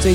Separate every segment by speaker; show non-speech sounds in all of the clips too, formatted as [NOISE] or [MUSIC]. Speaker 1: 最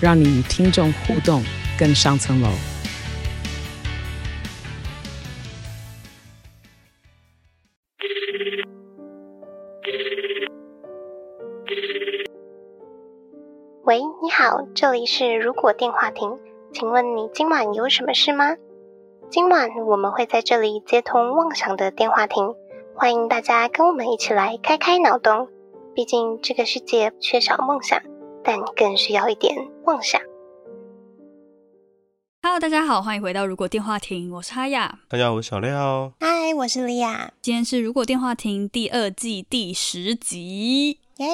Speaker 1: 让你与听众互动更上层楼。
Speaker 2: 喂，你好，这里是如果电话亭，请问你今晚有什么事吗？今晚我们会在这里接通妄想的电话亭，欢迎大家跟我们一起来开开脑洞。毕竟这个世界缺少梦想，但更需要一点妄想。
Speaker 3: Hello，大家好，欢迎回到《如果电话亭》，我是哈雅。
Speaker 4: 大家好，我是小廖。
Speaker 2: 嗨，我是莉亚，
Speaker 3: 今天是《如果电话亭》第二季第十集，
Speaker 2: 耶！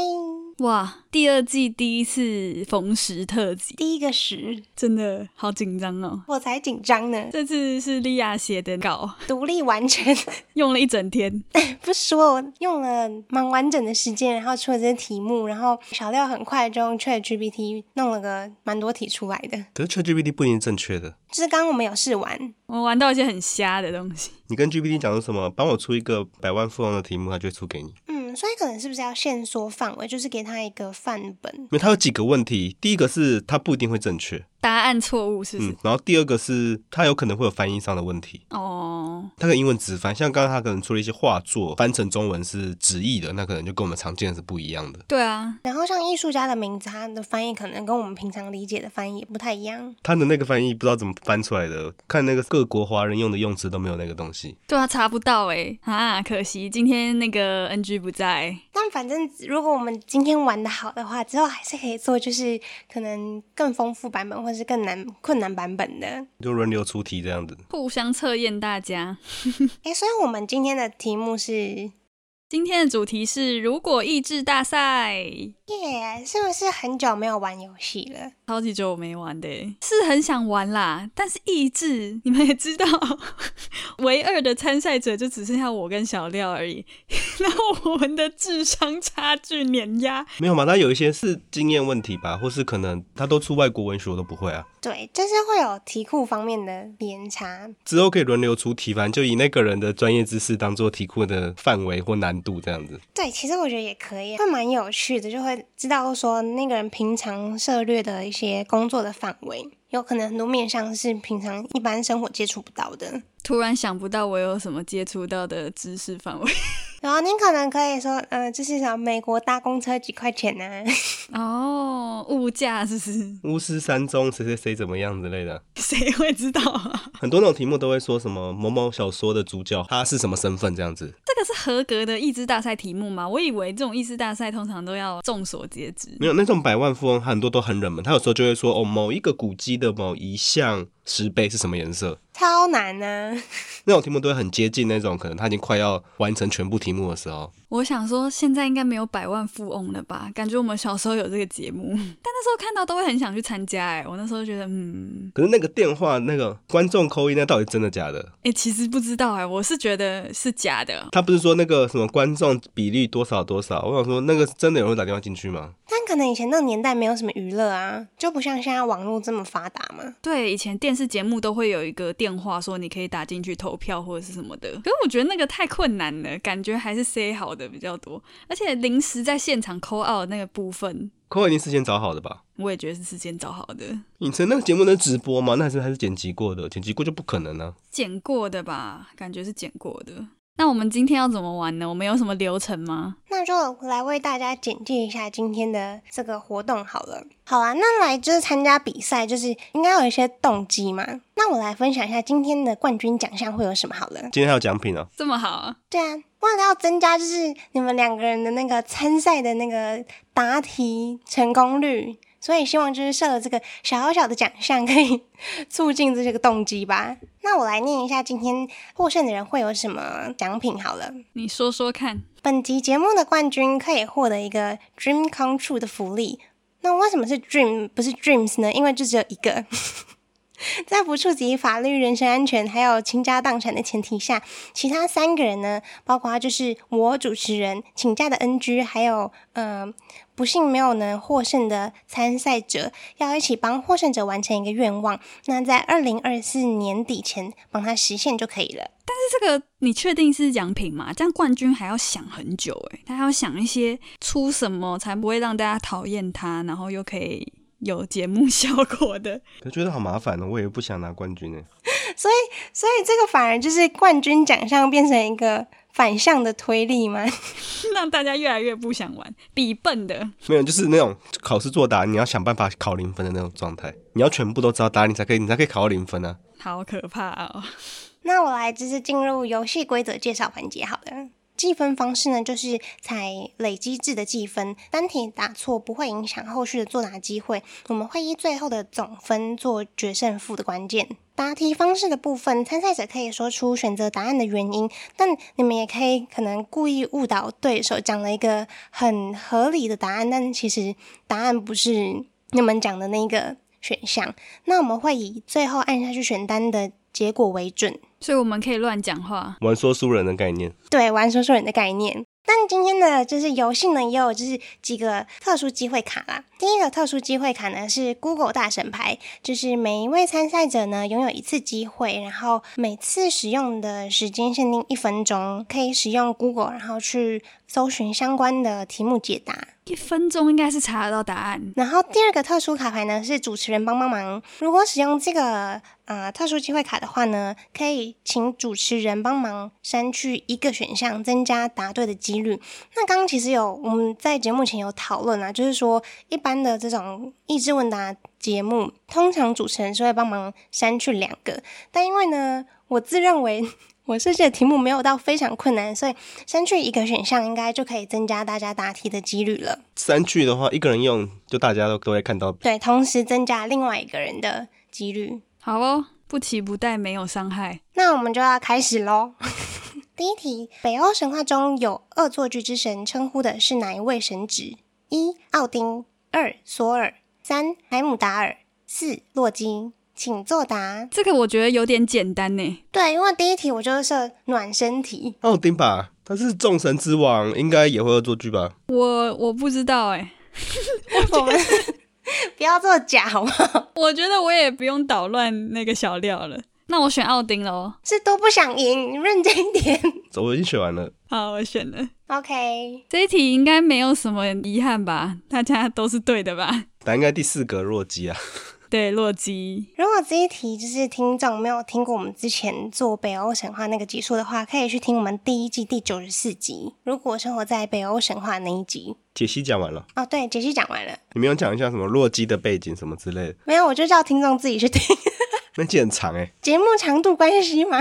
Speaker 3: 哇，第二季第一次逢十特辑，
Speaker 5: 第一个十，
Speaker 3: 真的好紧张哦。
Speaker 5: 我才紧张呢，
Speaker 3: 这次是莉亚写的稿，
Speaker 5: 独立完全
Speaker 3: 用了一整天， [LAUGHS]
Speaker 5: 不说，我用了蛮完整的时间，然后出了这些题目，然后小廖很快就用 ChatGPT 弄了个蛮多题出来的。
Speaker 4: 可是 ChatGPT 不一定是正确的。
Speaker 5: 就是刚刚我们有试玩，
Speaker 3: 我玩到一些很瞎的东西。
Speaker 4: 你跟 GPT 讲说什么？帮我出一个百万富翁的题目，它就会出给你。
Speaker 5: 嗯，所以可能是不是要限缩范围，就是给他一个范本
Speaker 4: 因？为它有几个问题，第一个是它不一定会正确，
Speaker 3: 答案错误是不是？
Speaker 4: 嗯，然后第二个是它有可能会有翻译上的问题，
Speaker 3: 哦，
Speaker 4: 它跟英文直翻，像刚刚它可能出了一些画作，翻成中文是直译的，那可能就跟我们常见的是不一样的。
Speaker 3: 对啊，
Speaker 5: 然后像艺术家的名字，他的翻译可能跟我们平常理解的翻译也不太一样。
Speaker 4: 它的那个翻译不知道怎么翻出来的，看那个各国华人用的用词都没有那个东西。
Speaker 3: 对啊，查不到哎、啊，可惜今天那个 NG 不在。
Speaker 5: 但反正如果我们今天玩的好的话，之后还是可以做，就是可能更丰富版本，或是更难困难版本的。
Speaker 4: 就轮流出题这样子，
Speaker 3: 互相测验大家。
Speaker 5: 诶，所以我们今天的题目是
Speaker 3: 今天的主题是如果益智大赛，
Speaker 5: 耶是不是很久没有玩游戏了？
Speaker 3: 超级久没玩的耶，是很想玩啦，但是益智你们也知道， [LAUGHS] 唯二的参赛者就只剩下我跟小廖而已， [LAUGHS] 然后我们的智商差距碾压，
Speaker 4: 没有嘛？它有一些是经验问题吧，或是可能它都出外国文学我都不会啊。
Speaker 5: 对，就是会有题库方面的偏差。
Speaker 4: 之后可以轮流出题，反正就以那个人的专业知识当做题库的范围或难度这样子。
Speaker 5: 对，其实我觉得也可以，会蛮有趣的，就会知道说那个人平常涉略的一些工作的范围，有可能很多面向是平常一般生活接触不到的。
Speaker 3: 突然想不到我有什么接触到的知识范围。 [LAUGHS]
Speaker 5: 然后您可能可以说，呃，就是什么美国搭公车几块钱啊呢、
Speaker 3: 哦，物价是不是？ [LAUGHS]
Speaker 4: 巫师三中谁谁谁怎么样之类的，
Speaker 3: 谁会知道啊？
Speaker 4: 很多那种题目都会说什么某某小说的主角他是什么身份这样子。
Speaker 3: 这个是合格的益智大赛题目吗？我以为这种益智大赛通常都要众所皆知。
Speaker 4: 没有那种百万富翁，很多都很冷门。他有时候就会说哦，某一个古迹的某一项石碑是什么颜色，
Speaker 5: [LAUGHS] 超难啊呢、
Speaker 4: 那种题目都会很接近那种可能他已经快要完成全部题目的时候。
Speaker 3: 我想说，现在应该没有百万富翁了吧？感觉我们小时候有这个节目， [LAUGHS] 但那时候看到都会很想去参加、哎，我那时候觉得，嗯，
Speaker 4: 可是那个电话那个观众扣一，那到底真的假的？
Speaker 3: 哎、其实不知道、哎，我是觉得是假的。
Speaker 4: 他不是说那个什么观众比例多少多少？我想说那个真的有人打电话进去吗？
Speaker 5: 但可能以前那个年代没有什么娱乐啊，就不像现在网络这么发达嘛。
Speaker 3: 对，以前电视节目都会有一个电话说你可以打进去投票或者是什么的，可是我觉得那个太困难了，感觉还是 say 好的比较多，而且临时在现场 call out 那个部分，
Speaker 4: 扣一定事先找好的吧？
Speaker 3: 我也觉得是事先找好的。
Speaker 4: 影城那个节目能直播吗？那还是还是剪辑过的，剪辑过就不可能啊。
Speaker 3: 剪过的吧，感觉是剪过的。那我们今天要怎么玩呢？我们有什么流程吗？
Speaker 5: 那就来为大家简介一下今天的这个活动好了。好啊，那来就是参加比赛，就是应该有一些动机嘛。那我来分享一下今天的冠军奖项会有什么好了。
Speaker 4: 今天还有奖品啊，
Speaker 3: 这么好啊，
Speaker 5: 对啊，为了要增加就是你们两个人的那个参赛的那个答题成功率，所以希望就是设了这个小小的奖项，可以 [LAUGHS] 促进这个动机吧。那我来念一下今天获胜的人会有什么奖品好了。
Speaker 3: 你说说看。
Speaker 5: 本集节目的冠军可以获得一个 Dream Come True 的福利。那为什么是 dream 不是 dreams 呢？因为就只有一个。 [LAUGHS] 在不触及法律、人身安全还有倾家荡产的前提下，其他三个人呢，包括就是我主持人请假的 NG，还有呃不幸没有能获胜的参赛者，要一起帮获胜者完成一个愿望。那在二零二四年底前帮他实现就可以了。
Speaker 3: 这个你确定是奖品吗？这样冠军还要想很久诶、他还要想一些出什么才不会让大家讨厌他，然后又可以有节目 [LAUGHS] 效果的。
Speaker 4: 我觉得好麻烦哦，我也不想拿冠军哎。
Speaker 5: 所以这个反而就是冠军奖项变成一个反向的推力吗？
Speaker 3: 让大家越来越不想玩，比笨的。
Speaker 4: 没有，就是那种考试作答，你要想办法考零分的那种状态，你要全部都知道答案，你才可以，你才可以考到零分啊。
Speaker 3: 好可怕哦！
Speaker 5: 那我来就是进入游戏规则介绍环节好了。计分方式呢，就是采累积制的计分，单题打错不会影响后续的作答机会。我们会依最后的总分做决胜负的关键。答题方式的部分，参赛者可以说出选择答案的原因，但你们也可以可能故意误导对手，讲了一个很合理的答案，但其实答案不是你们讲的那个选项。那我们会以最后按下去选单的结果为准。
Speaker 3: 所以我们可以乱讲话，
Speaker 4: 玩说书人的概念，
Speaker 5: 对玩说书人的概念。但今天的就是游戏呢，也有就是几个特殊机会卡啦。第一个特殊机会卡呢是 Google 大神牌，就是每一位参赛者呢拥有一次机会，然后每次使用的时间限定一分钟，可以使用 Google 然后去搜寻相关的题目解答。
Speaker 3: 一分钟应该是查得到答案。
Speaker 5: 然后第二个特殊卡牌呢是主持人帮帮忙。如果使用这个呃特殊机会卡的话呢，可以请主持人帮忙删去一个选项，增加答对的几率。那刚刚其实有我们在节目前有讨论啊，就是说一般的这种益智问答节目，通常主持人是会帮忙删去两个，但因为呢，我自认为我设计的题目没有到非常困难，所以删去一个选项应该就可以增加大家答题的几率了。
Speaker 4: 三句的话，一个人用就大家都都会看到。
Speaker 5: 对，同时增加另外一个人的几率。
Speaker 3: 好哦，不期不待，没有伤害。
Speaker 5: 那我们就要开始喽。 [LAUGHS] 第一题，北欧神话中有恶作剧之神称呼的是哪一位神职？一、奥丁；二、索尔；三、海姆达尔；四、洛基。请作答。
Speaker 3: 这个我觉得有点简单欸呢。
Speaker 5: 对，因为第一题我就是设暖身题， [LAUGHS]
Speaker 4: 奥丁吧，他是众神之王，应该也会恶作剧吧？
Speaker 3: 我我不知道哎，
Speaker 5: 我们不要做假好吗？ [LAUGHS]
Speaker 3: 我觉得我也不用捣乱那个小料了。哦那我选奥丁喽。
Speaker 5: 是都不想赢，认真一点。
Speaker 4: 我已经选完了，
Speaker 3: 好，我选了
Speaker 5: OK，
Speaker 3: 这一题，应该没有什么遗憾吧？大家都是对的 [LAUGHS] 吧？
Speaker 4: 答应该第四个洛基啊。
Speaker 3: 对，洛基。
Speaker 5: 如果这一题就是听众没有听过我们之前做北欧神话那个集数的话，可以去听我们第一季第九十四集。如果生活在北欧神话那一集，
Speaker 4: 解析讲完了，
Speaker 5: 哦，对，解析讲完了，
Speaker 4: 你们有讲一下什么洛基的背景什么之类的？
Speaker 5: 没有，我就叫听众自己去听。 [LAUGHS]
Speaker 4: 那集很长哎、
Speaker 5: 节目长度关系嘛，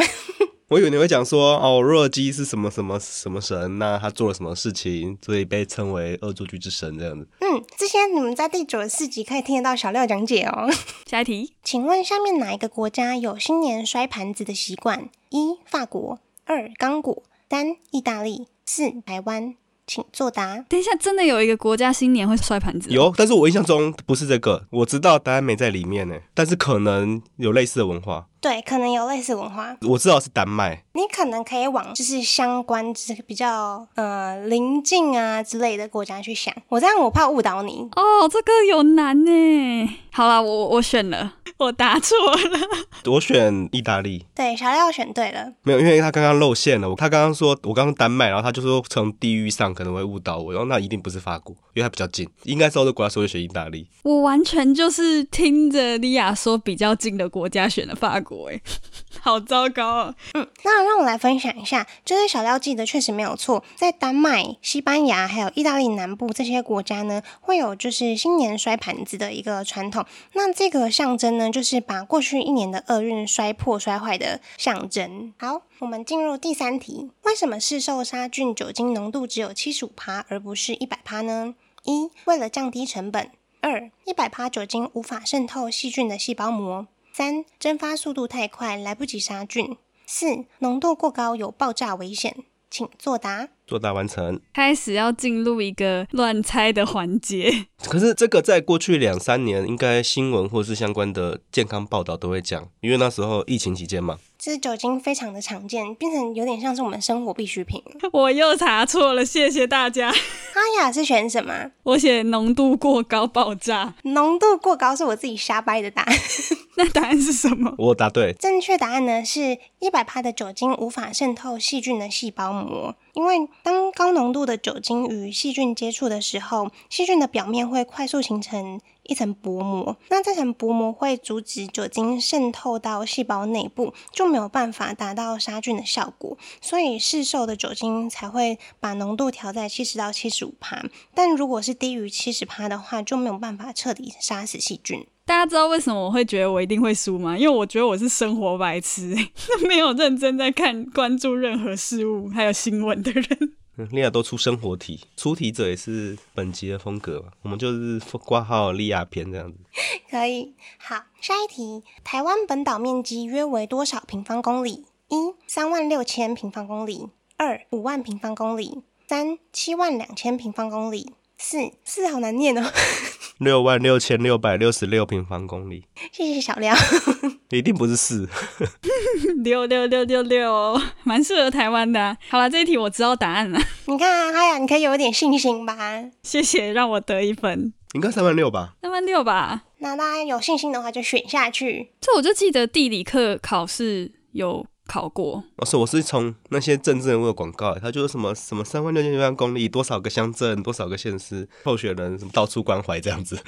Speaker 4: 我以为你会讲说哦，洛基是什么什么什么神，那他做了什么事情，所以被称为恶作剧之神这样子。
Speaker 5: [LAUGHS] 嗯，这些你们在第九十四集可以听得到小廖讲解哦。 [LAUGHS]
Speaker 3: 下一题，
Speaker 5: 请问下面哪一个国家有新年摔盘子的习惯？一、法国；二、刚果；三、意大利；四、台湾。请作答。
Speaker 3: 等一下，真的有一个国家新年会摔盘子？，哦
Speaker 4: 有，但是我印象中不是这个，我知道答案没在里面呢，但是可能有类似的文化，
Speaker 5: 对，可能有类似文化。
Speaker 4: 我知道是丹麦，
Speaker 5: 你可能可以往就是相关，就是比较呃邻近啊之类的国家去想。我这样我怕误导你。
Speaker 3: 哦，这个有难呢。好啦，我我选了，我答错了。
Speaker 4: 我选意大利。
Speaker 5: 对，小廖选对了，
Speaker 4: 没有，因为他刚刚露馅了。我他刚刚说，我刚刚丹麦，然后他就说从地域上可能会误导我，然后那一定不是法国，因为它比较近，应该是欧洲国家，所以我选意大利。
Speaker 3: 我完全就是听着莉亚说比较近的国家选了法国，哎， [LAUGHS] 好糟糕哦。
Speaker 5: 那让我来分享一下，就是小廖记得确实没有错，在丹麦、西班牙还有意大利南部这些国家呢，会有就是新年摔盘子的一个传统。那这个象征呢，就是把过去一年的厄运摔破、摔坏的象征。好，我们进入第三题，为什么市售杀菌酒精浓度只有七十五帕，而不是一百帕呢？一，为了降低成本；二，一百帕酒精无法渗透细菌的细胞膜；三，蒸发速度太快，来不及杀菌。四、浓度过高有爆炸危险。请作答。
Speaker 4: 作答完成。
Speaker 3: 开始要进入一个乱猜的环节。
Speaker 4: 可是这个在过去两三年，应该新闻或是相关的健康报道都会讲，因为那时候疫情期间嘛。
Speaker 5: 这酒精非常的常见，变成有点像是我们生活必需品。
Speaker 3: [LAUGHS] 我又查错了，谢谢大家。
Speaker 5: 阿雅是选什么？啊
Speaker 3: 我写浓度过高爆炸，
Speaker 5: 浓度过高是我自己瞎掰的答案。
Speaker 3: 那答案是什么？
Speaker 4: 我答对，
Speaker 5: 正确答案呢是一百帕的酒精无法渗透细菌的细胞膜，因为当高浓度的酒精与细菌接触的时候，细菌的表面会快速形成一层薄膜，那这层薄膜会阻止酒精渗透到细胞内部，就没有办法达到杀菌的效果，所以市售的酒精才会把浓度调在七十到七十五帕，但如果是低于七十帕的话，就没有办法彻底杀死细菌。
Speaker 3: 大家知道为什么我会觉得我一定会输吗？因为我觉得我是生活白痴， [LAUGHS] 没有认真在看、关注任何事物还有新闻的人。 [LAUGHS]
Speaker 4: 嗯莉亚都出生活题，出题者也是本集的风格嘛，我们就是挂号莉亚篇这样子。
Speaker 5: 可以，好，下一题，台湾本岛面积约为多少平方公里？一三万六千平方公里，二五万平方公里，三七万两千平方公里，四四好难念哦， [LAUGHS]
Speaker 4: 六万六千六百六十六平方公里，
Speaker 5: 谢谢小廖。 [LAUGHS]
Speaker 4: 一定不是四。
Speaker 3: 六六六六六，蛮适合台湾的啊、好了，这一题我知道答案了， [LAUGHS]
Speaker 5: 你看啊，哈雅，你可以有一点信心吧？
Speaker 3: 谢谢让我得一分，
Speaker 4: 应该三万六吧？
Speaker 3: 三万六吧。
Speaker 5: 那大家有信心的话就选下去。
Speaker 3: 这我就记得地理课考试有考过，
Speaker 4: 哦，是我是从那些政治人物的广告，他就是什么什么三万六千平方公里，多少个乡镇，多少个县市，候选人什么到处关怀这样子。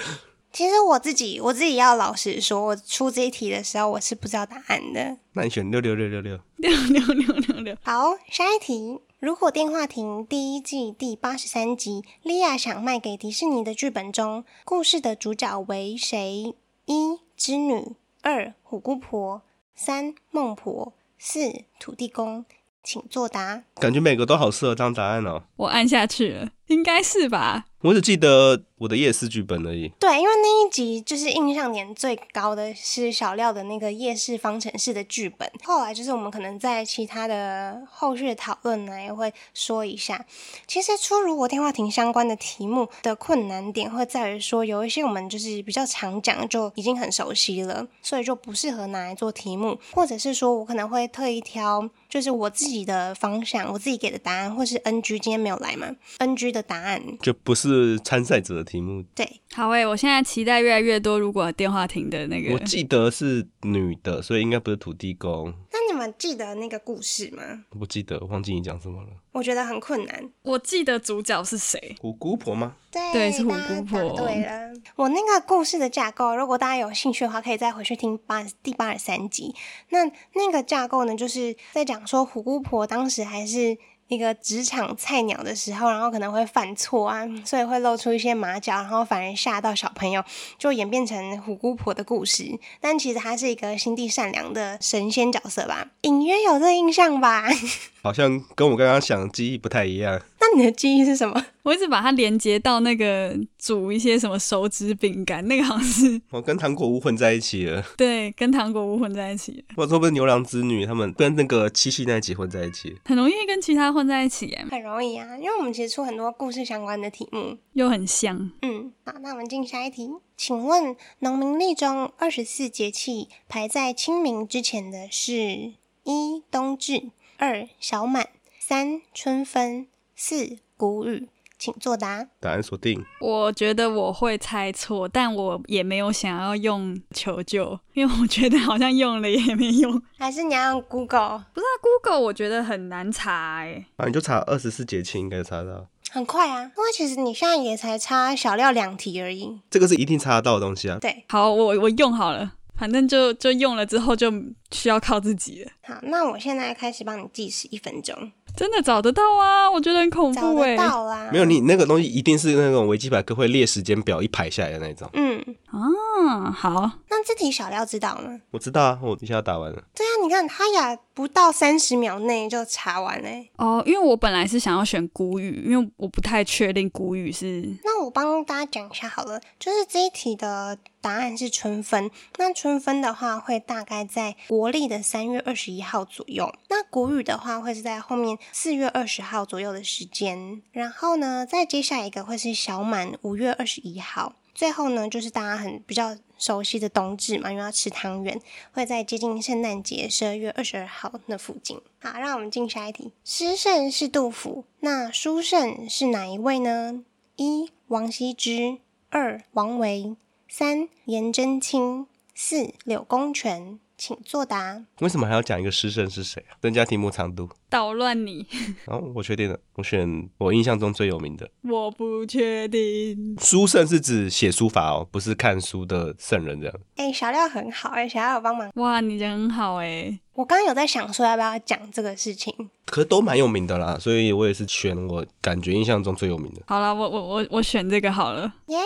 Speaker 5: 其实我自己，我自己要老实说，我出这一题的时候我是不知道答案的。
Speaker 4: 那你选六六六六六，
Speaker 3: 六六六六六，
Speaker 5: 好，下一题。如果电话亭第一季第八十三集，莉亚想卖给迪士尼的剧本中，故事的主角为谁？一织女，二虎姑婆，三孟婆，四土地公。请作答。
Speaker 4: 感觉每个都好适合当答案哦。
Speaker 3: 我按下去了，应该是吧？
Speaker 4: 我只记得我的夜市剧本而已。
Speaker 5: 对，因为那一集就是印象点最高的是小廖的那个夜市方程式的剧本，后来就是我们可能在其他的后续的讨论呢，也会说一下。其实出如果电话亭相关的题目的困难点会在于说，有一些我们就是比较常讲，就已经很熟悉了，所以就不适合拿来做题目，或者是说我可能会特意挑。就是我自己的方向，我自己给的答案，或是 NG 今天没有来嘛？NG 的答案，
Speaker 4: 就不是参赛者的题目，
Speaker 5: 对，
Speaker 3: 好诶、我现在期待越来越多。如果电话亭的那
Speaker 4: 我
Speaker 3: 个，
Speaker 4: 记得是女的，所以应该不是土地公。
Speaker 5: 那你们记得那个故事吗？
Speaker 4: 我不记得，忘记你讲什么了。
Speaker 5: 我觉得很困难。
Speaker 3: 我记得主角是谁？
Speaker 4: 我姑婆吗？
Speaker 5: 对，
Speaker 3: 对是虎
Speaker 5: 大家
Speaker 3: 姑婆
Speaker 5: 答对了，我那个故事的架构，如果大家有兴趣的话，可以再回去听八第八十三集。那那个架构呢，就是在讲说虎姑婆当时还是。一个职场菜鸟的时候，然后可能会犯错啊， [LAUGHS] 所以会露出一些马脚，然后反而吓到小朋友，就演变成虎姑婆的故事。但其实她是一个心地善良的神仙角色吧，隐约有这印象吧？ [LAUGHS]
Speaker 4: 好像跟我刚刚想的记忆不太一样。
Speaker 5: 那你的记忆是什么？
Speaker 3: 我一直把它连接到那个煮一些什么手指饼干，那个好像是 [LAUGHS]
Speaker 4: 我跟糖果屋混在一起了，
Speaker 3: 对，跟糖果屋混在一起，
Speaker 4: 或者说不是牛郎织女，他们跟那个七夕那一集混在一起。
Speaker 3: 很容易跟其他混在一起耶，
Speaker 5: 很容易啊，因为我们其实出很多故事相关的题目。
Speaker 3: 又很像。
Speaker 5: 嗯，好，那我们进下一题。请问农民历中二十四节气排在清明之前的是：一冬至，二小满，三春分，四谷雨。请作答。
Speaker 4: 答案锁定，
Speaker 3: 我觉得我会猜错，但我也没有想要用求救，因为我觉得好像用了也没 [LAUGHS] 用。
Speaker 5: 还是你要用 Google？
Speaker 3: 不是啊，Google 我觉得很难查哎。
Speaker 4: 啊，你就查二十四节气，应该查得到。
Speaker 5: 很快啊，因为其实你现在也才差小料两题而已。
Speaker 4: 这个是一定查得到的东西啊。
Speaker 5: 对，
Speaker 3: 好，我我用好了，反正就就用了之后就需要靠自己了。
Speaker 5: 好，那我现在开始帮你计时一分钟，
Speaker 3: 真的找得到啊，我觉得很恐
Speaker 5: 找
Speaker 3: 怖哎。
Speaker 5: 得到啦。
Speaker 4: 没有，你那个东西一定是那种维基百科会列时间表一排下来的那种。
Speaker 5: 嗯，
Speaker 3: 啊，好，
Speaker 5: 那这题小料知道吗？
Speaker 4: 我知道啊，我一下打完了。
Speaker 5: 对啊，你看他也不到三十秒内就查完欸嘞、
Speaker 3: 哦，因为我本来是想要选古语，因为我不太确定古语是
Speaker 5: 那我帮大家讲一下好了，就是这一题的答案是春分。那春分的话会大概在国历的三月二十一号左右，那国语的话会是在后面四月二十号左右的时间。然后呢，再接下一个会是小满五月二十一号。最后呢，就是大家很比较熟悉的冬至嘛，因为要吃汤圆，会在接近圣诞节十二月二十二号那附近。好，让我们进下一题。诗圣是杜甫，那书圣是哪一位呢？一王羲之，二王维，三颜真卿，四柳公权。请作答。
Speaker 4: 为什么还要讲一个师生是谁啊？增加题目长度。
Speaker 3: 捣乱你，
Speaker 4: 然后我确定了，我选我印象中最有名的
Speaker 3: 我不确定。
Speaker 4: 书圣，是指写书法哦，不是看书的圣人这样。
Speaker 5: 哎、小廖很好哎、小廖有帮忙。
Speaker 3: 哇，你人很好哎，
Speaker 5: 我刚刚有在想说要不要讲这个事情，
Speaker 4: 可是都蛮有名的啦，所以我也是选我感觉印象中最有名的。
Speaker 3: 好啦，我我我我选这个好了。
Speaker 5: 耶、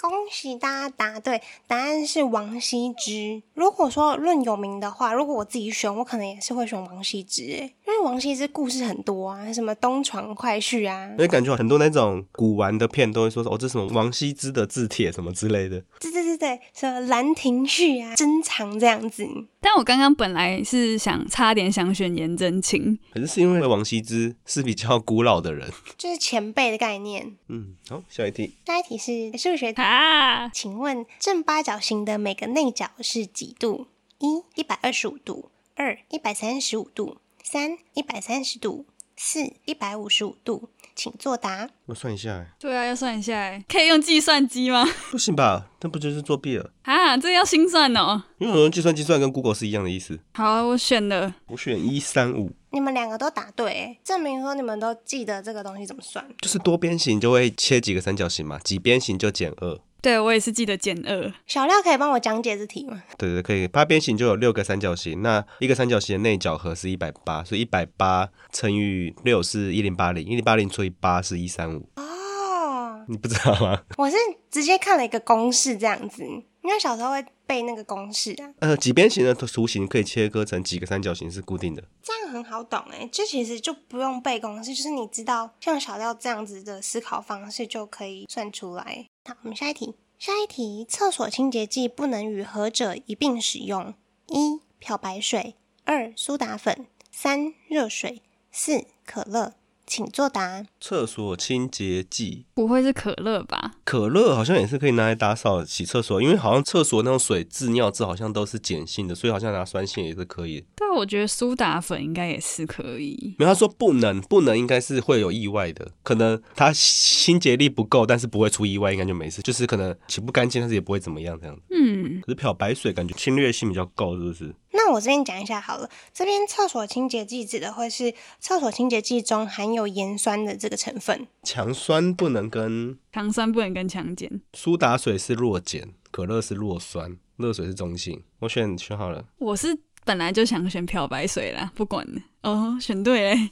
Speaker 5: 恭喜大家答对，答案是王羲之。如果说论有名的话，如果我自己选，我可能也是会选王羲之哎，因为王羲之故事很多啊，什么东床快婿啊
Speaker 4: 因，为感觉很多那种古玩的片都会说哦，这是什么王羲之的字帖什么之类的，
Speaker 5: 对对对对，什么《兰亭序》啊，珍藏这样子。
Speaker 3: 但我刚刚本来是想差点想选颜真卿，
Speaker 4: 可是是因为王羲之是比较古老的人。 [LAUGHS]
Speaker 5: 就是前辈的概念。
Speaker 4: 嗯，好，下一题，
Speaker 5: 下一题是数学题，
Speaker 3: 啊，
Speaker 5: 请问正八角形的每个内角是几度？一一百二十五度，二一百三十五度，三一百三十度，四一百五十五度，请作答。
Speaker 4: 我算一下欸，
Speaker 3: 对啊，要算一下哎，可以用计算机吗？ [LAUGHS]
Speaker 4: 不行吧？那不就是作弊了？
Speaker 3: 啊，这个要心算哦。
Speaker 4: 因为我用计算机算跟 Google 是一样的意思。
Speaker 3: 好，我选了。
Speaker 4: 我选一三五，
Speaker 5: 你们两个都答对、欸，证明说你们都记得这个东西怎么算。
Speaker 4: 就是多边形就会切几个三角形嘛，几边形就减二。
Speaker 3: 对我也是记得减二，
Speaker 5: 小廖可以帮我讲解这题吗？
Speaker 4: 对对，可以。八边形就有六个三角形，那一个三角形的内角和是一百八，所以一百八乘以六是一零八零，一零八零除以八是一三五。 [LAUGHS]
Speaker 5: 哦，
Speaker 4: 你不知道吗？
Speaker 5: 我是直接看了一个公式这样子，因为小时候会背那个公式啊，
Speaker 4: 呃，几边形的图形可以切割成几个三角形是固定的。
Speaker 5: 这样很好懂哎、欸，这其实就不用背公式，就是你知道像小廖这样子的思考方式就可以算出来。好，我们下一题。下一题，厕所清洁剂不能与何者一并使用？一、漂白水；二、苏打粉；三、热水；四、可乐。请作答。
Speaker 4: 厕所清洁剂，
Speaker 3: 不会是可乐吧？
Speaker 4: 可乐好像也是可以拿来打扫洗厕所，因为好像厕所那种水渍尿渍好像都是碱性的，所以好像拿酸性也是可以的。
Speaker 3: 但啊我觉得苏打粉应该也是可以。
Speaker 4: 没有，他说不能，不能应该是会有意外的，可能他清洁力不够，但是不会出意外，应该就没事。就是可能洗不干净，但是也不会怎么样这样子。
Speaker 3: 嗯，
Speaker 4: 可是漂白水感觉侵略性比较够，是不是？
Speaker 5: 那我这边讲一下好了，这边厕所清洁剂指的会是厕所清洁剂中含有盐酸的这个成分。
Speaker 4: 强酸不能跟
Speaker 3: 强酸不能跟强碱，
Speaker 4: 苏打水是弱碱，可乐是弱酸，热水是中性。我选选好了，
Speaker 3: 我是本来就想选漂白水啦，不管了。哦，选对嘞，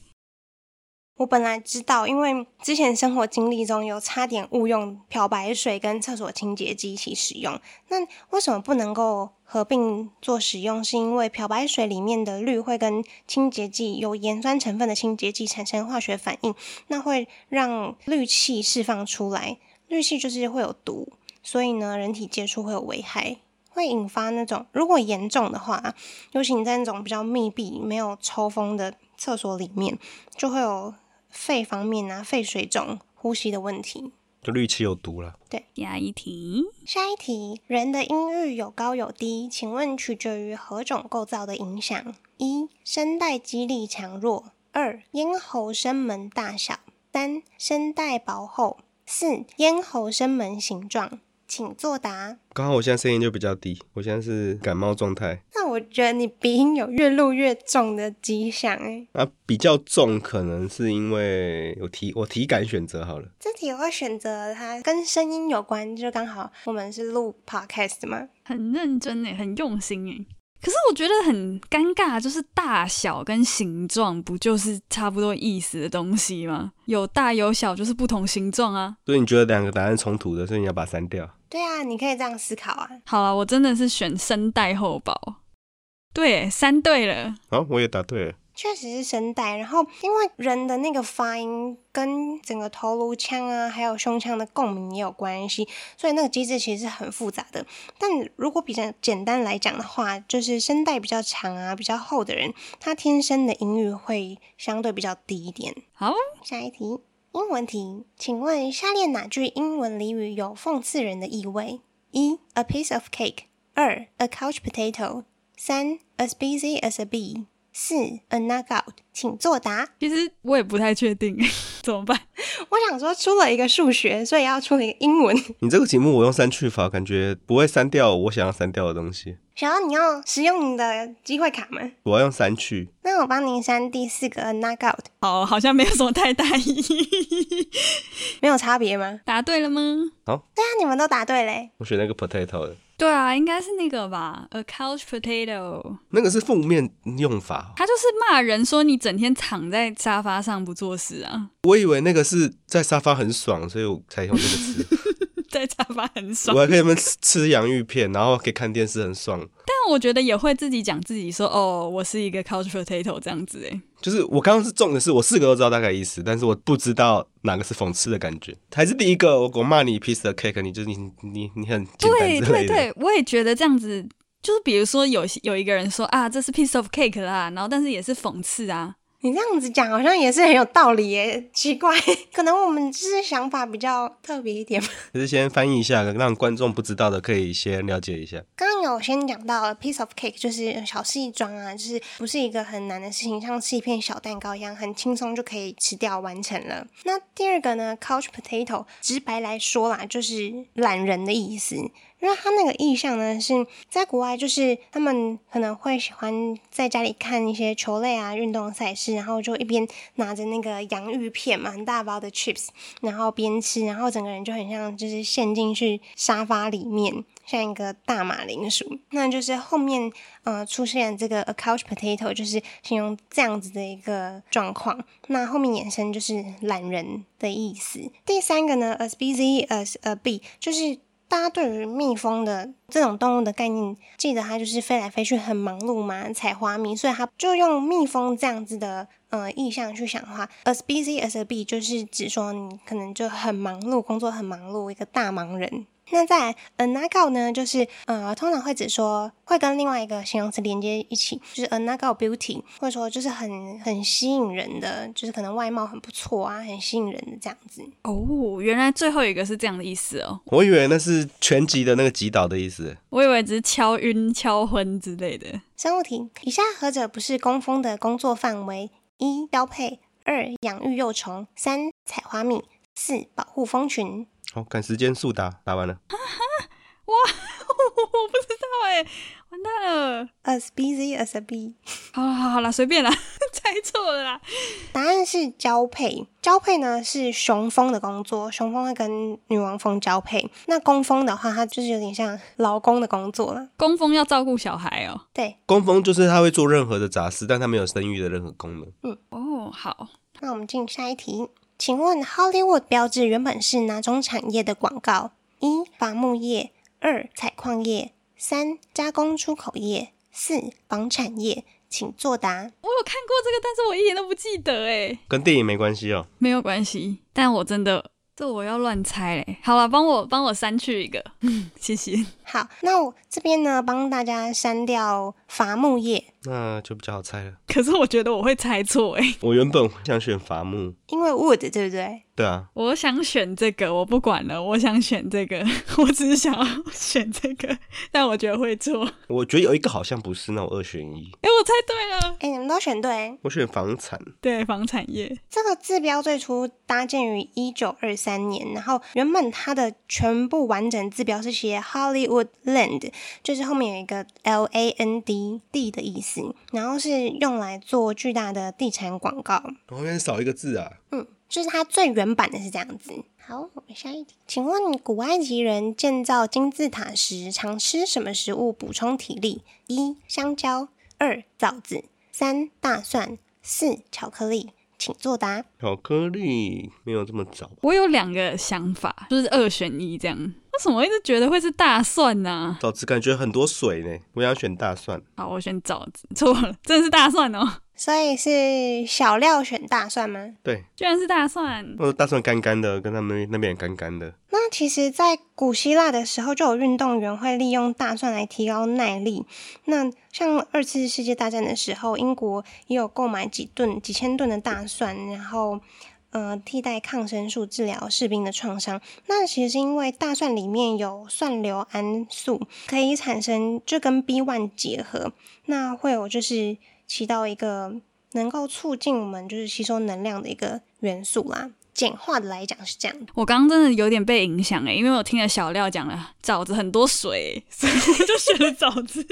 Speaker 5: 我本来知道，因为之前生活经历中有差点误用漂白水跟厕所清洁剂一起使用。那为什么不能够合并做使用？是因为漂白水里面的氯会跟清洁剂有盐酸成分的清洁剂产生化学反应，那会让氯气释放出来，氯气就是会有毒，所以呢，人体接触会有危害。会引发那种，如果严重的话，啊尤其你在那种比较密闭、没有抽风的厕所里面，就会有肺方面啊、肺水肿、呼吸的问题。
Speaker 4: 就氯气有毒了。
Speaker 3: 下一题。
Speaker 5: 下一题，人的音域有高有低，请问取决于何种构造的影响？一、声带肌力强弱；二、咽喉声门大小；三、声带薄厚；四、咽喉声门形状。请作答。
Speaker 4: 刚好我现在声音就比较低，我现在是感冒状态
Speaker 5: 那我觉得你鼻音有越录越重的迹象欸诶，
Speaker 4: 啊，比较重，可能是因为我体我体感选择好了。
Speaker 5: 这题我会选择它跟声音有关，就刚好我们是录 podcast 嘛。
Speaker 3: 很认真诶，很用心欸诶。可是我觉得很尴尬，就是大小跟形状不就是差不多意思的东西吗？有大有小，就是不同形状啊。
Speaker 4: 所以你觉得两个答案冲突的，所以你要把它删掉。
Speaker 5: 对啊，你可以这样思考啊。
Speaker 3: 好了，我真的是选声带厚薄。对，三对了，
Speaker 4: 好、我也答对了。
Speaker 5: 确实是声带。然后因为人的那个发音跟整个头颅腔啊，还有胸腔的共鸣也有关系，所以那个机制其实是很复杂的。但如果比较简单来讲的话，就是声带比较长啊、比较厚的人，他天生的音域会相对比较低一点。
Speaker 3: 好，
Speaker 5: 下一题，英文题，请问下列哪句英文俚语有讽刺人的意味？一，a piece of cake；二，a couch potato；三，as busy as a bee；四，a knockout。请作答。
Speaker 3: 其实我也不太确定 [LAUGHS] 怎么办。
Speaker 5: 我想说，出了一个数学，所以要出了一个英文。
Speaker 4: 你这个题目我用删去法，感觉不会删掉我想要删掉的东西。
Speaker 5: 小奥，你要使用你的机会卡吗？
Speaker 4: 我要用删去，
Speaker 5: 那我帮您删第四个 a knockout，
Speaker 3: 好，哦好像没有什么太大意义。
Speaker 5: 没有差别吗？
Speaker 3: 答对了吗？
Speaker 5: 对啊，你们都答对嘞。
Speaker 4: 我选那个 potato 的，
Speaker 3: 对啊，应该是那个吧，a couch potato。
Speaker 4: 那个是负面用法。
Speaker 3: 他就是骂人说你整天躺在沙发上不做事啊， [LAUGHS]
Speaker 4: 我以为那个是在沙发很爽，所以我才用这个
Speaker 3: [LAUGHS]
Speaker 4: 词。
Speaker 3: 在沙发很爽
Speaker 4: 我。还可以们吃吃洋芋片，然后可以看电视，很爽。
Speaker 3: 但我觉得也会自己讲自己说，哦，我是一个 couch potato 这样子
Speaker 4: [LAUGHS]
Speaker 3: 哎。
Speaker 4: 就是我刚刚是重的是，我四个都知道大概意思，但是我不知道哪个是讽刺的感觉。还是第一个，我我骂你 piece of cake，你就是你你你很简单
Speaker 3: 对
Speaker 4: 之
Speaker 3: 对
Speaker 4: 类的。
Speaker 3: 对，我也觉得这样子，就是比如说有有一个人说啊，这是 piece of cake 啦，然后但是也是讽刺啊。
Speaker 5: 你这样子讲好像也是很有道理耶，奇怪， [LAUGHS] 可能我们就是想法比较特别一点吧。
Speaker 4: 可是先翻译一下，让观众不知道的可以先了解一下。
Speaker 5: 刚刚有先讲到 piece of cake，就是小事一桩啊，就是不是一个很难的事情，像吃一片小蛋糕一样，很轻松就可以吃掉完成了。那第二个呢，couch potato，直白来说啦，就是懒人的意思。因为它那个意象呢，是在国外，就是他们可能会喜欢在家里看一些球类啊、运动赛事，然后就一边拿着那个洋芋片嘛，很大包的 chips，然后边吃，然后整个人就很像就是陷进去沙发里面，像一个大马铃薯。那就是后面呃出现这个 a couch potato，就是形容这样子的一个状况。那后面衍生就是懒人的意思。第三个呢，as busy as a bee，就是大家对于蜜蜂的这种动物的概念，记得它就是飞来飞去很忙碌嘛，采花蜜，所以它就用蜜蜂这样子的呃意象去想的话，as busy as a bee 就是指说你可能就很忙碌，工作很忙碌，一个大忙人。那在 a n a g o 呢，就是呃，通常会指说会跟另外一个形容词连接一起，就是 a n a g o beauty，或者说就是很很吸引人的，就是可能外貌很不错啊，很吸引人的这样子。
Speaker 3: 哦，原来最后一个是这样的意思哦，
Speaker 4: 我以为那是全集的那个击倒的意思。
Speaker 3: 我以为只是敲晕、敲昏之类的。
Speaker 5: 生物题：以下何者不是工蜂的工作范围？一、交配；二、养育幼虫；三、采花蜜；四、保护蜂群。
Speaker 4: 好、赶时间速答，答完了。
Speaker 3: 哇， [LAUGHS] 我不知道哎，完蛋了。
Speaker 5: As busy as a bee。
Speaker 3: 好了好了好了，随便啦， [LAUGHS] 猜错了啦。
Speaker 5: 答案是交配。交配呢是雄蜂的工作，雄蜂会跟女王蜂交配。那工蜂的话，它就是有点像劳工的工作了。
Speaker 3: 工蜂要照顾小孩哦。
Speaker 5: 对，
Speaker 4: 工蜂就是它会做任何的杂事，但它没有生育的任何功能。
Speaker 3: 哦，好，
Speaker 5: 那我们进下一题，请问 Hollywood 标志原本是哪种产业的广告？一、伐木业；二、采矿业；三、加工出口业；四、房产业。请作答。
Speaker 3: 我有看过这个，但是我一点都不记得哎。
Speaker 4: 跟电影没关系哦。
Speaker 3: 没有关系，但我真的这我要乱猜嘞。好了，帮我帮我删去一个， [LAUGHS] 嗯，谢谢。
Speaker 5: 好，那我这边呢，帮大家删掉伐木业，
Speaker 4: 那就比较好猜了。
Speaker 3: 可是我觉得我会猜错哎，
Speaker 4: 我原本想选伐木，
Speaker 5: 因为 wood 对不对？
Speaker 4: 对啊，
Speaker 3: [LAUGHS] 我想选这个，我不管了，我想选这个， [LAUGHS] 我只是想要选这个， [LAUGHS] 但我觉得会 [LAUGHS] 错。哎，
Speaker 4: 我觉得有一个好像不是，那我二选一，
Speaker 3: 我猜对了，
Speaker 5: 哎，你们都选对。
Speaker 4: 我选房产。
Speaker 3: 对，房产业。
Speaker 5: 这个字标最初搭建于一九二三年，然后原本它的全部完整字标是写 Hollywood Land，就是后面有一个 L A N D D 的意思，然后是用来做巨大的地产广告。
Speaker 4: 后面少一个字啊，
Speaker 5: 嗯，就是它最原版的是这样子。好，我们下一题，请问古埃及人建造金字塔时常吃什么食物补充体力？一、香蕉；二、枣子；三、大蒜；四、巧克力。请作答。
Speaker 4: 巧克力没有这么早吧？
Speaker 3: 我有两个想法，就是二选一这样。为什么我一直觉得会是大蒜啊呢、
Speaker 4: 枣子感觉很多水呢，我想选大蒜。
Speaker 3: 好，我选枣子，错了，真的是大蒜哦。
Speaker 5: 所以是小料选大蒜吗？
Speaker 4: 对，
Speaker 3: 居然是大蒜，
Speaker 4: 那大蒜干干的，跟他们那边也干干的。
Speaker 5: 那其实，在古希腊的时候，就有运动员会利用大蒜来提高耐力。那像二次世界大战的时候，英国也有购买几吨、几千吨的大蒜，然后呃替代抗生素治疗士兵的创伤。那其实是因为大蒜里面有蒜硫胺素，可以产生就跟 B one 结合，那会有就是起到一个能够促进我们就是吸收能量的一个元素啦。简化的来讲是这样
Speaker 3: 我刚刚真的有点被影响哎，因为我听了小廖讲了枣子很多水， [LAUGHS] 所以我就选了枣子。 [LAUGHS]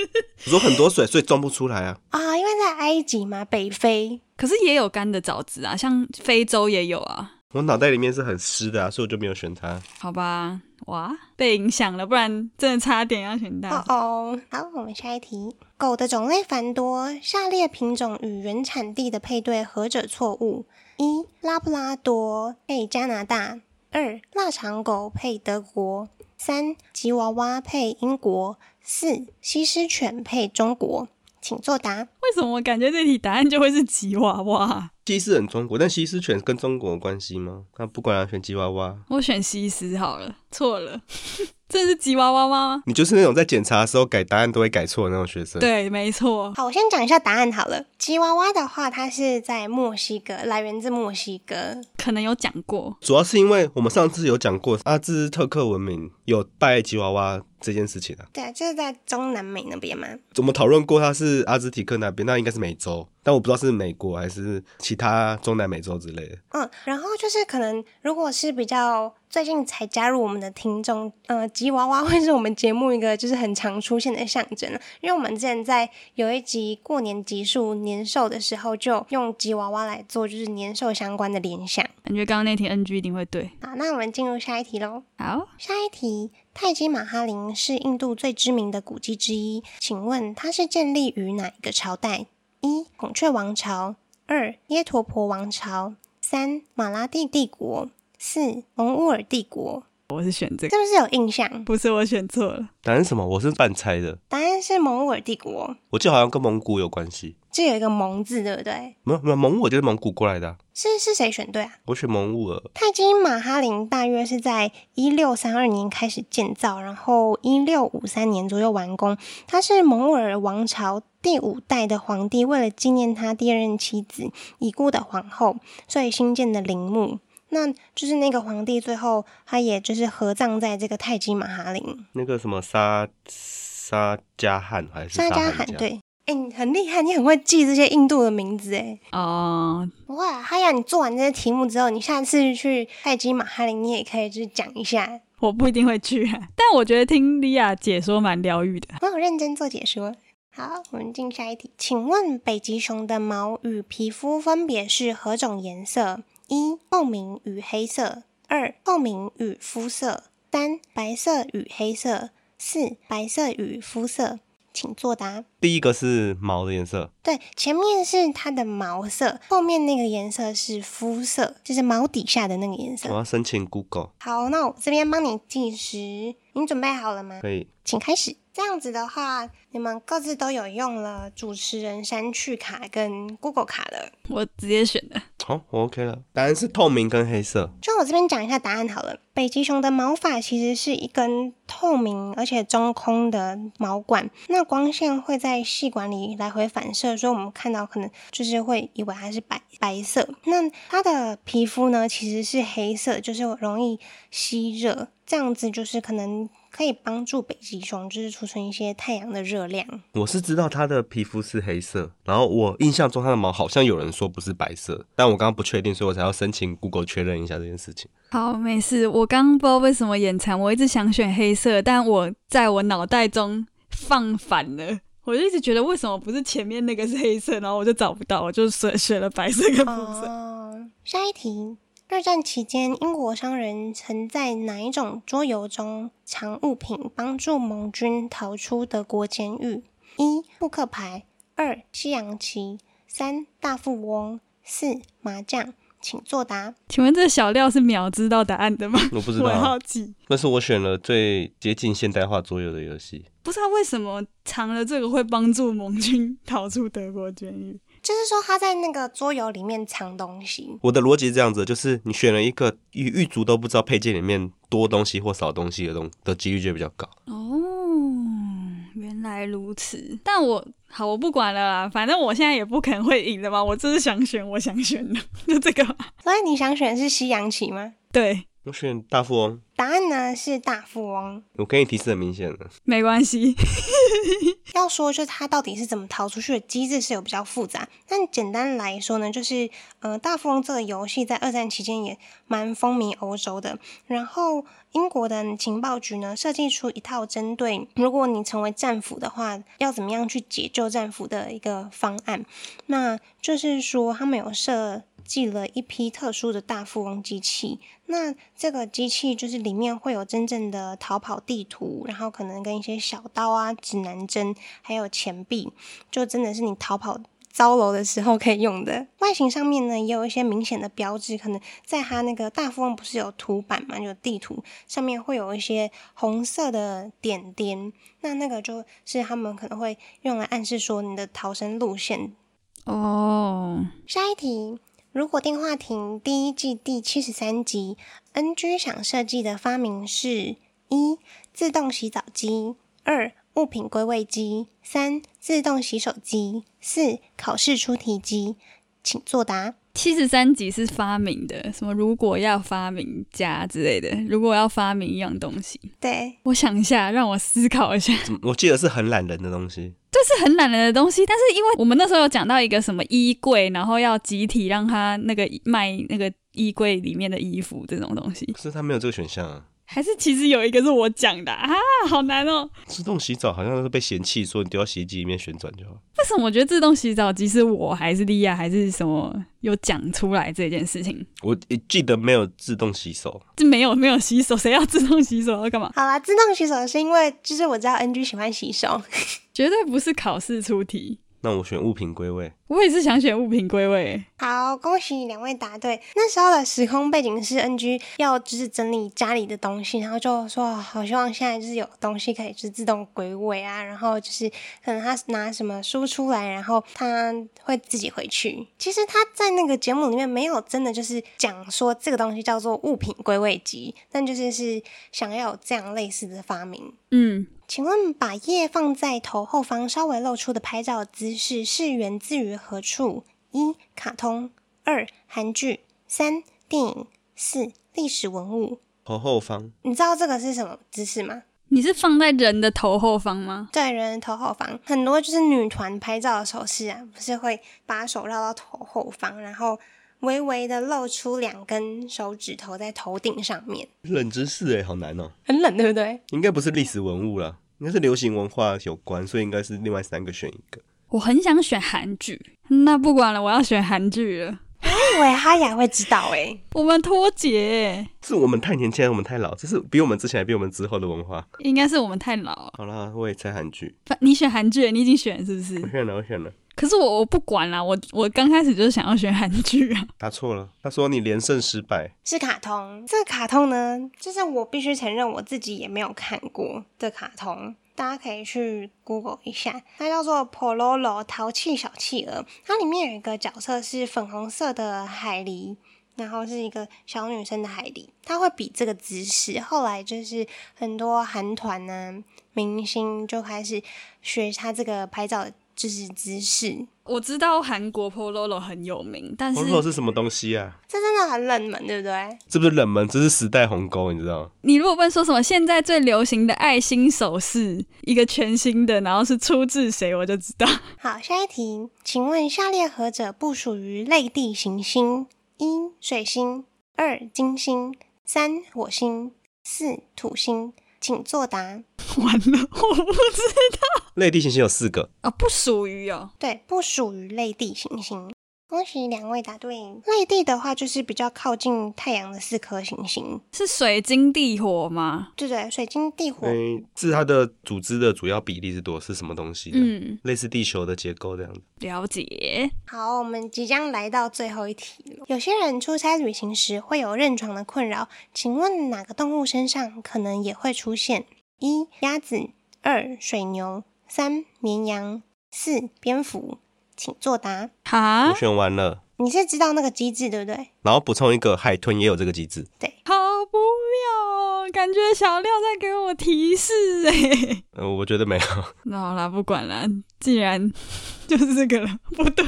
Speaker 4: 我说很多水，所以装不出来啊。
Speaker 5: 啊、因为在埃及嘛，北非
Speaker 3: 可是也有干的枣子啊，像非洲也有啊，
Speaker 4: 我脑袋里面是很湿的啊，所以我就没有选它。
Speaker 3: 好吧，哇，被影响了，不然真的差点要选
Speaker 5: 哦
Speaker 3: 大。
Speaker 5: 哦。好，我们下一题。狗的种类繁多，下列品种与原产地的配对何者错误？一、拉布拉多配加拿大；二、腊肠狗配德国；三、吉娃娃配英国；四、西施犬配中国。请作答。
Speaker 3: 为什么我感觉这题答案就会是吉娃娃？
Speaker 4: 西施很中国，但西施犬跟中国有关系吗？那不管啊，选吉娃娃。
Speaker 3: 我选西施好了，错了， [LAUGHS] 这是吉娃娃吗？
Speaker 4: 你就是那种在检查的时候改答案都会改错的那种学生。，
Speaker 3: 对，没错，
Speaker 5: 好，我先讲一下答案好了。吉娃娃的话，它是在墨西哥，来源自墨西哥。
Speaker 3: 可能有讲过。
Speaker 4: 主要是因为我们上次有讲过阿兹特克文明有拜吉娃娃这件事情啊，
Speaker 5: 对，就是在中南美那边嘛。
Speaker 4: 我们讨论过它是阿兹提克那边，那应该是美洲，但我不知道是美国还是其他中南美洲之类的。
Speaker 5: 嗯，然后就是可能，如果是比较最近才加入我们的听众，呃，吉娃 [LAUGHS] 娃会是我们节目一个就是很常出现的象征了因为我们之前在有一集过年集数年兽的时候，就用吉娃娃来做就是年兽相关的联想。
Speaker 3: 感觉刚刚那题 NG 一定会对。
Speaker 5: 好，那我们进入下一题喽。
Speaker 3: 好，
Speaker 5: 下一题，泰姬玛哈陵是印度最知名的古迹之一，请问它是建立于哪一个朝代？一、孔雀王朝；二、耶陀婆王朝；三、马拉蒂帝国；四、蒙兀尔帝国。
Speaker 3: 我是选这个，
Speaker 5: 是不是有印象？
Speaker 3: 不是我选错了。
Speaker 4: 答案是什么？我是半猜的，
Speaker 5: 答案是蒙兀尔帝国，
Speaker 4: 我记得好像跟蒙古有关系。
Speaker 5: 这有一个“蒙”字，对不对？
Speaker 4: 没有没有，蒙古我就是蒙古过来的啊、
Speaker 5: 是是谁选对啊？
Speaker 4: 我选蒙兀儿。
Speaker 5: 泰姬玛哈陵大约是在一六三二年开始建造，然后一六五三年左右完工。它是蒙兀儿王朝第五代的皇帝为了纪念他第二任妻子已故的皇后，所以新建的陵墓。那就是那个皇帝最后他也就是合葬在这个泰姬玛哈陵。
Speaker 4: 那个什么沙沙加汗还是
Speaker 5: 沙加
Speaker 4: 汗
Speaker 5: 汗
Speaker 4: 加？，
Speaker 5: 对，哎、你很厉害，你很会记这些印度的名字哎、
Speaker 3: 哦、
Speaker 5: 不会啊，哈雅，你做完这些题目之后，你下次去泰姬玛哈陵，你也可以就是讲一下。
Speaker 3: 我不一定会去、啊 [LAUGHS] 但我觉得听莉亚解说蛮疗愈的。
Speaker 5: 我有认真做解说。好，我们进下一题。请问北极熊的毛与皮肤分别是何种颜色？一、透明与黑色；二、透明与肤色；三、白色与黑色；四、白色与肤色。请作答。
Speaker 4: 第一个是毛的颜色，
Speaker 5: 对，前面是它的毛色，后面那个颜色是肤色，就是毛底下的那个颜
Speaker 4: 我
Speaker 5: 色。
Speaker 4: 要申请 Google
Speaker 5: 好，那我这边帮你计时，你准备好了吗？
Speaker 4: 可以。
Speaker 5: 请开始。这样子的话，你们各自都有用了主持人删去卡跟 Google 卡了。
Speaker 3: 我直接选的，
Speaker 4: 好、我 OK 了。答案是透明跟黑色。
Speaker 5: 就我这边讲一下答案好了。北极熊的毛发其实是一根透明而且中空的毛管，那光线会在细管里来回反射，所以我们看到可能就是会以为它是白白色。那它的皮肤呢其实是黑色，就是容易吸热，这样子就是可能可以帮助北极熊就是储存一些太阳的热量。
Speaker 4: 我是知道它的皮肤是黑色，然后我印象中它的毛好像有人说不是白色，但我刚刚不确定，所以我才要申请 Google 确认一下这件事情。
Speaker 3: 好，没事。我刚刚不知道为什么眼馋，我一直想选黑色，但我在我脑袋中放反了。我就一直觉得为什么不是前面那个是黑色，然后我就找不到，我就选选了白色 [LAUGHS] 跟肤色。
Speaker 5: 哦，下一题。二战期间，英国商人曾在哪一种桌游中藏物品帮助盟军逃出德国监狱？一、扑克牌；二、西洋棋；三、大富翁；四、麻将。请作答。
Speaker 3: 请问这个小料是秒知道答案的吗？
Speaker 4: 我不知
Speaker 3: [LAUGHS] 我很
Speaker 4: 道
Speaker 3: 好，奇。
Speaker 4: 但是我选了最接近现代化桌游的游戏。
Speaker 3: [LAUGHS] 不知道为什么藏了这个会帮助盟军逃出德国监狱。
Speaker 5: 就是说他在那个桌游里面藏东西。
Speaker 4: 我的逻辑是这样子，就是你选了一个狱狱卒都不知道配件里面多东西或少东西的东的几率就比较高。
Speaker 3: 哦，原来如此。但我好，我不管了啦，反正我现在也不可能会赢的嘛。我就是想选我想选的， [LAUGHS] 就这个嘛。
Speaker 5: 所以你想选是西洋棋吗？
Speaker 3: 对，
Speaker 4: 我选大富翁，
Speaker 5: 答案呢是大富翁。
Speaker 4: 我给你提示很明显的，
Speaker 3: 没关系。
Speaker 5: 要说就是它到底是怎么逃出去的机制是有比较复杂，但简单来说呢，就是呃大富翁这个游戏在二战期间也蛮风靡欧洲的。然后英国的情报局呢设计出一套针对如果你成为战俘的话，要怎么样去解救战俘的一个方案。那就是说他们有设计了一批特殊的大富翁机器，那这个机器就是里面会有真正的逃跑地图，然后可能跟一些小刀啊、指南针，还有钱币，就真的是你逃跑。遭楼的时候可以用的外形上面呢，也有一些明显的标志，可能在它那个大富翁不是有图板嘛，有地图上面会有一些红色的点点，那那个就是他们可能会用来暗示说你的逃生路线
Speaker 3: 哦，
Speaker 5: 下一题，如果电话亭第一季第七十三集，NG 想设计的发明是：一、自动洗澡机；二、物品归位机；三、自动洗手机；四、考试出题机。请作答。
Speaker 3: 七十三集是发明的，什么如果要发明家之类的，如果要发明一样东西，
Speaker 5: 对，
Speaker 3: 我想一下，让我思考一下， [LAUGHS]
Speaker 4: 怎么我记得是很懒人的东西，
Speaker 3: 这是很懒人的东西，但是因为我们那时候有讲到一个什么衣柜，然后要集体让他那个卖那个衣柜里面的衣服这种东西，
Speaker 4: 可是它没有这个选项啊。
Speaker 3: 还是其实有一个是我讲的啊，好难哦。
Speaker 4: 自动洗澡好像是被嫌弃，说你丢到洗衣机里面旋转就好。
Speaker 3: 为什么我觉得自动洗澡机是我还是莉亚还是什么有讲出来这件事情？
Speaker 4: 我记得没有自动洗手，
Speaker 3: 这没有没有洗手，谁要自动洗手要干嘛？
Speaker 5: 好啦，自动洗手是因为就是我知道 NG 喜欢洗手，
Speaker 3: 绝对不是考试出题。
Speaker 4: 那我选物品归位。
Speaker 3: 我也是想选物品归位，
Speaker 5: 好，恭喜两位答对。那时候的时空背景是 NG 要就是整理家里的东西，然后就说哦好希望现在就是有东西可以就是自动归位啊，然后就是可能他拿什么书出来，然后他会自己回去。其实他在那个节目里面没有真的就是讲说这个东西叫做物品归位机，但就是是想要有这样类似的发明。
Speaker 3: 嗯，
Speaker 5: 请问，把叶放在头后方稍微露出的拍照姿势是源自于何处？一、卡通；二、韩剧；三、电影；四、历史文物。
Speaker 4: 头后方，
Speaker 5: 你知道这个是什么姿势吗？
Speaker 3: 你是放在人的头后方吗？
Speaker 5: 对，人的头后方，很多就是女团拍照的手势啊，不是会把手绕到头后方，然后微微的露出两根手指头在头顶上面，
Speaker 4: 冷知识哎、好难哦、
Speaker 5: 很冷，对不对？
Speaker 4: 应该不是历史文物啦，应该是流行文化有关，所以应该是另外三个选一个。
Speaker 3: 我很想选韩剧，那不管了，我要选韩剧了。
Speaker 5: 我以为哈雅会知道欸诶、
Speaker 3: 我们脱节，
Speaker 4: 是我们太年轻，还是我们太老？这是比我们之前，还比我们之后的文化。
Speaker 3: 应该是我们太老。
Speaker 4: 好啦，我也猜韩剧，
Speaker 3: 反你选韩剧，你已经选了是不 [LAUGHS]
Speaker 4: 我
Speaker 3: 是？
Speaker 4: 选了，我选了，
Speaker 3: 可是我我不管啦，我我刚开始就是想要选韩剧啊。
Speaker 4: 答错了。他说你连胜失败，
Speaker 5: 是卡通。这个卡通呢，就是我必须承认我自己也没有看过的卡通。大家可以去 Google 一下，它叫做《Pololo 淘气小企鹅》，它里面有一个角色是粉红色的海狸，然后是一个小女生的海狸，她会比这个姿势。后来就是很多韩团呢、明星就开始学她这个拍照就是姿势，
Speaker 3: 我知道韩国 Pololo 很有名，但是
Speaker 4: 红楼是什么东西啊？
Speaker 5: 这真的很冷门，对不对？
Speaker 4: 这不是冷门，这是时代鸿沟，你知道吗？
Speaker 3: 你如果问说什么现在最流行的爱心手势，一个全新的，然后是出自谁，我就知道。
Speaker 5: 好，下一题，请问下列何者不属于类地行星？一、水星；二、金星；三、火星；四、土星。请作答。
Speaker 3: 完了，我不知 [LAUGHS]
Speaker 4: 类地行星有四个，
Speaker 3: 啊、不属于哦。
Speaker 5: 对，不属于类地行星。恭喜两位答对。类地的话，就是比较靠近太阳的四颗行星。
Speaker 3: 是水晶地火吗？
Speaker 5: 对对，水晶、地火。
Speaker 4: 嗯，是它的组织的主要比例是多，是什么东西？，
Speaker 3: 嗯，
Speaker 4: 类似地球的结构这样子。
Speaker 3: 了解。
Speaker 5: 好，我们即将来到最后一题了。有些人出差旅行时会有认床的困扰，请问哪个动物身上可能也会出现？一、鸭子；二、水牛；三、绵羊；四、蝙蝠；请作答。
Speaker 3: 哈
Speaker 4: 我，选完了，
Speaker 5: 你是知道那个机制对不对？
Speaker 4: 然后补充一个，海豚也有这个机制。
Speaker 3: 好不妙哦，感觉小廖在给我提示哎。
Speaker 4: 呃，我觉得没有， [LAUGHS]
Speaker 3: 那 [LAUGHS] 好啦，不管啦，既然就是这个了，不对，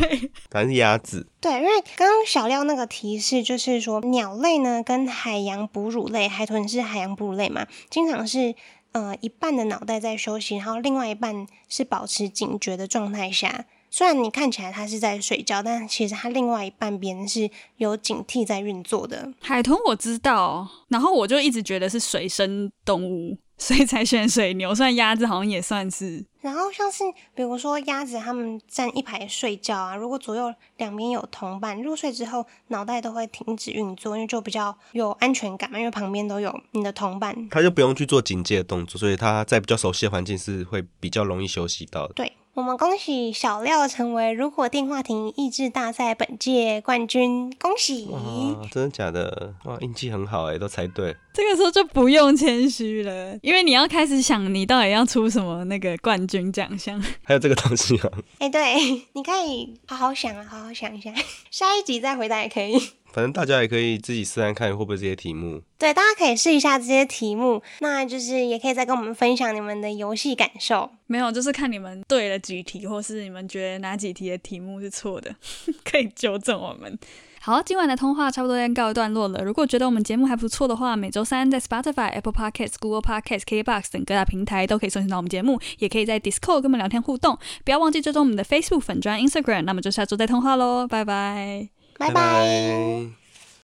Speaker 4: 反正是鸭子。
Speaker 5: 对，因为刚刚小廖那个提示就是说，鸟类呢跟海洋哺乳类，海豚是海洋哺乳类嘛，经常是呃一半的脑袋在休息，然后另外一半是保持警觉的状态下。虽然你看起来它是在睡觉，但其实它另外一半边是有警惕在运作的。
Speaker 3: 海豚我知道，然后我就一直觉得是水生动物，所以才选水牛。虽然鸭子好像也算是，
Speaker 5: 然后像是比如说鸭子，它们站一排睡觉啊，如果左右两边有同伴入睡之后，脑袋都会停止运作，因为就比较有安全感嘛，因为旁边都有你的同伴，
Speaker 4: 它就不用去做警戒的动作，所以它在比较熟悉的环境是会比较容易休息到的。
Speaker 5: 对我们恭喜小廖成为如果电话亭益智大赛本届冠军，恭喜！
Speaker 4: 哇，真的假的？哇，运气很好哎、都猜对。
Speaker 3: 这个时候就不用谦虚了，因为你要开始想你到底要出什么那个冠军奖项。
Speaker 4: 还有这个东西啊，
Speaker 5: 哎、对， [LAUGHS] 你可以好好想啊，好好想一下， [LAUGHS] 下一集再回答也可以。 [LAUGHS]
Speaker 4: 反正大家也可以自己试看看会不会这些题目。
Speaker 5: 对，大家可以试一下这些题目，那就是也可以再跟我们分享你们的游戏感受。
Speaker 3: 没有，就是看你们对了几题，或是你们觉得哪几题的题目是错的， [LAUGHS] 可以纠正我们。好，今晚的通话差不多要告一段落了。如果觉得我们节目还不错的话，每周三在 Spotify、Apple Podcasts、Google Podcasts、KBox 等各大平台都可以收听到我们节目，也可以在 Discord 跟我们聊天互动。不要忘记追踪我们的 Facebook 粉专、Instagram。那么就下周再通话喽，拜拜。
Speaker 5: 拜拜
Speaker 4: 拜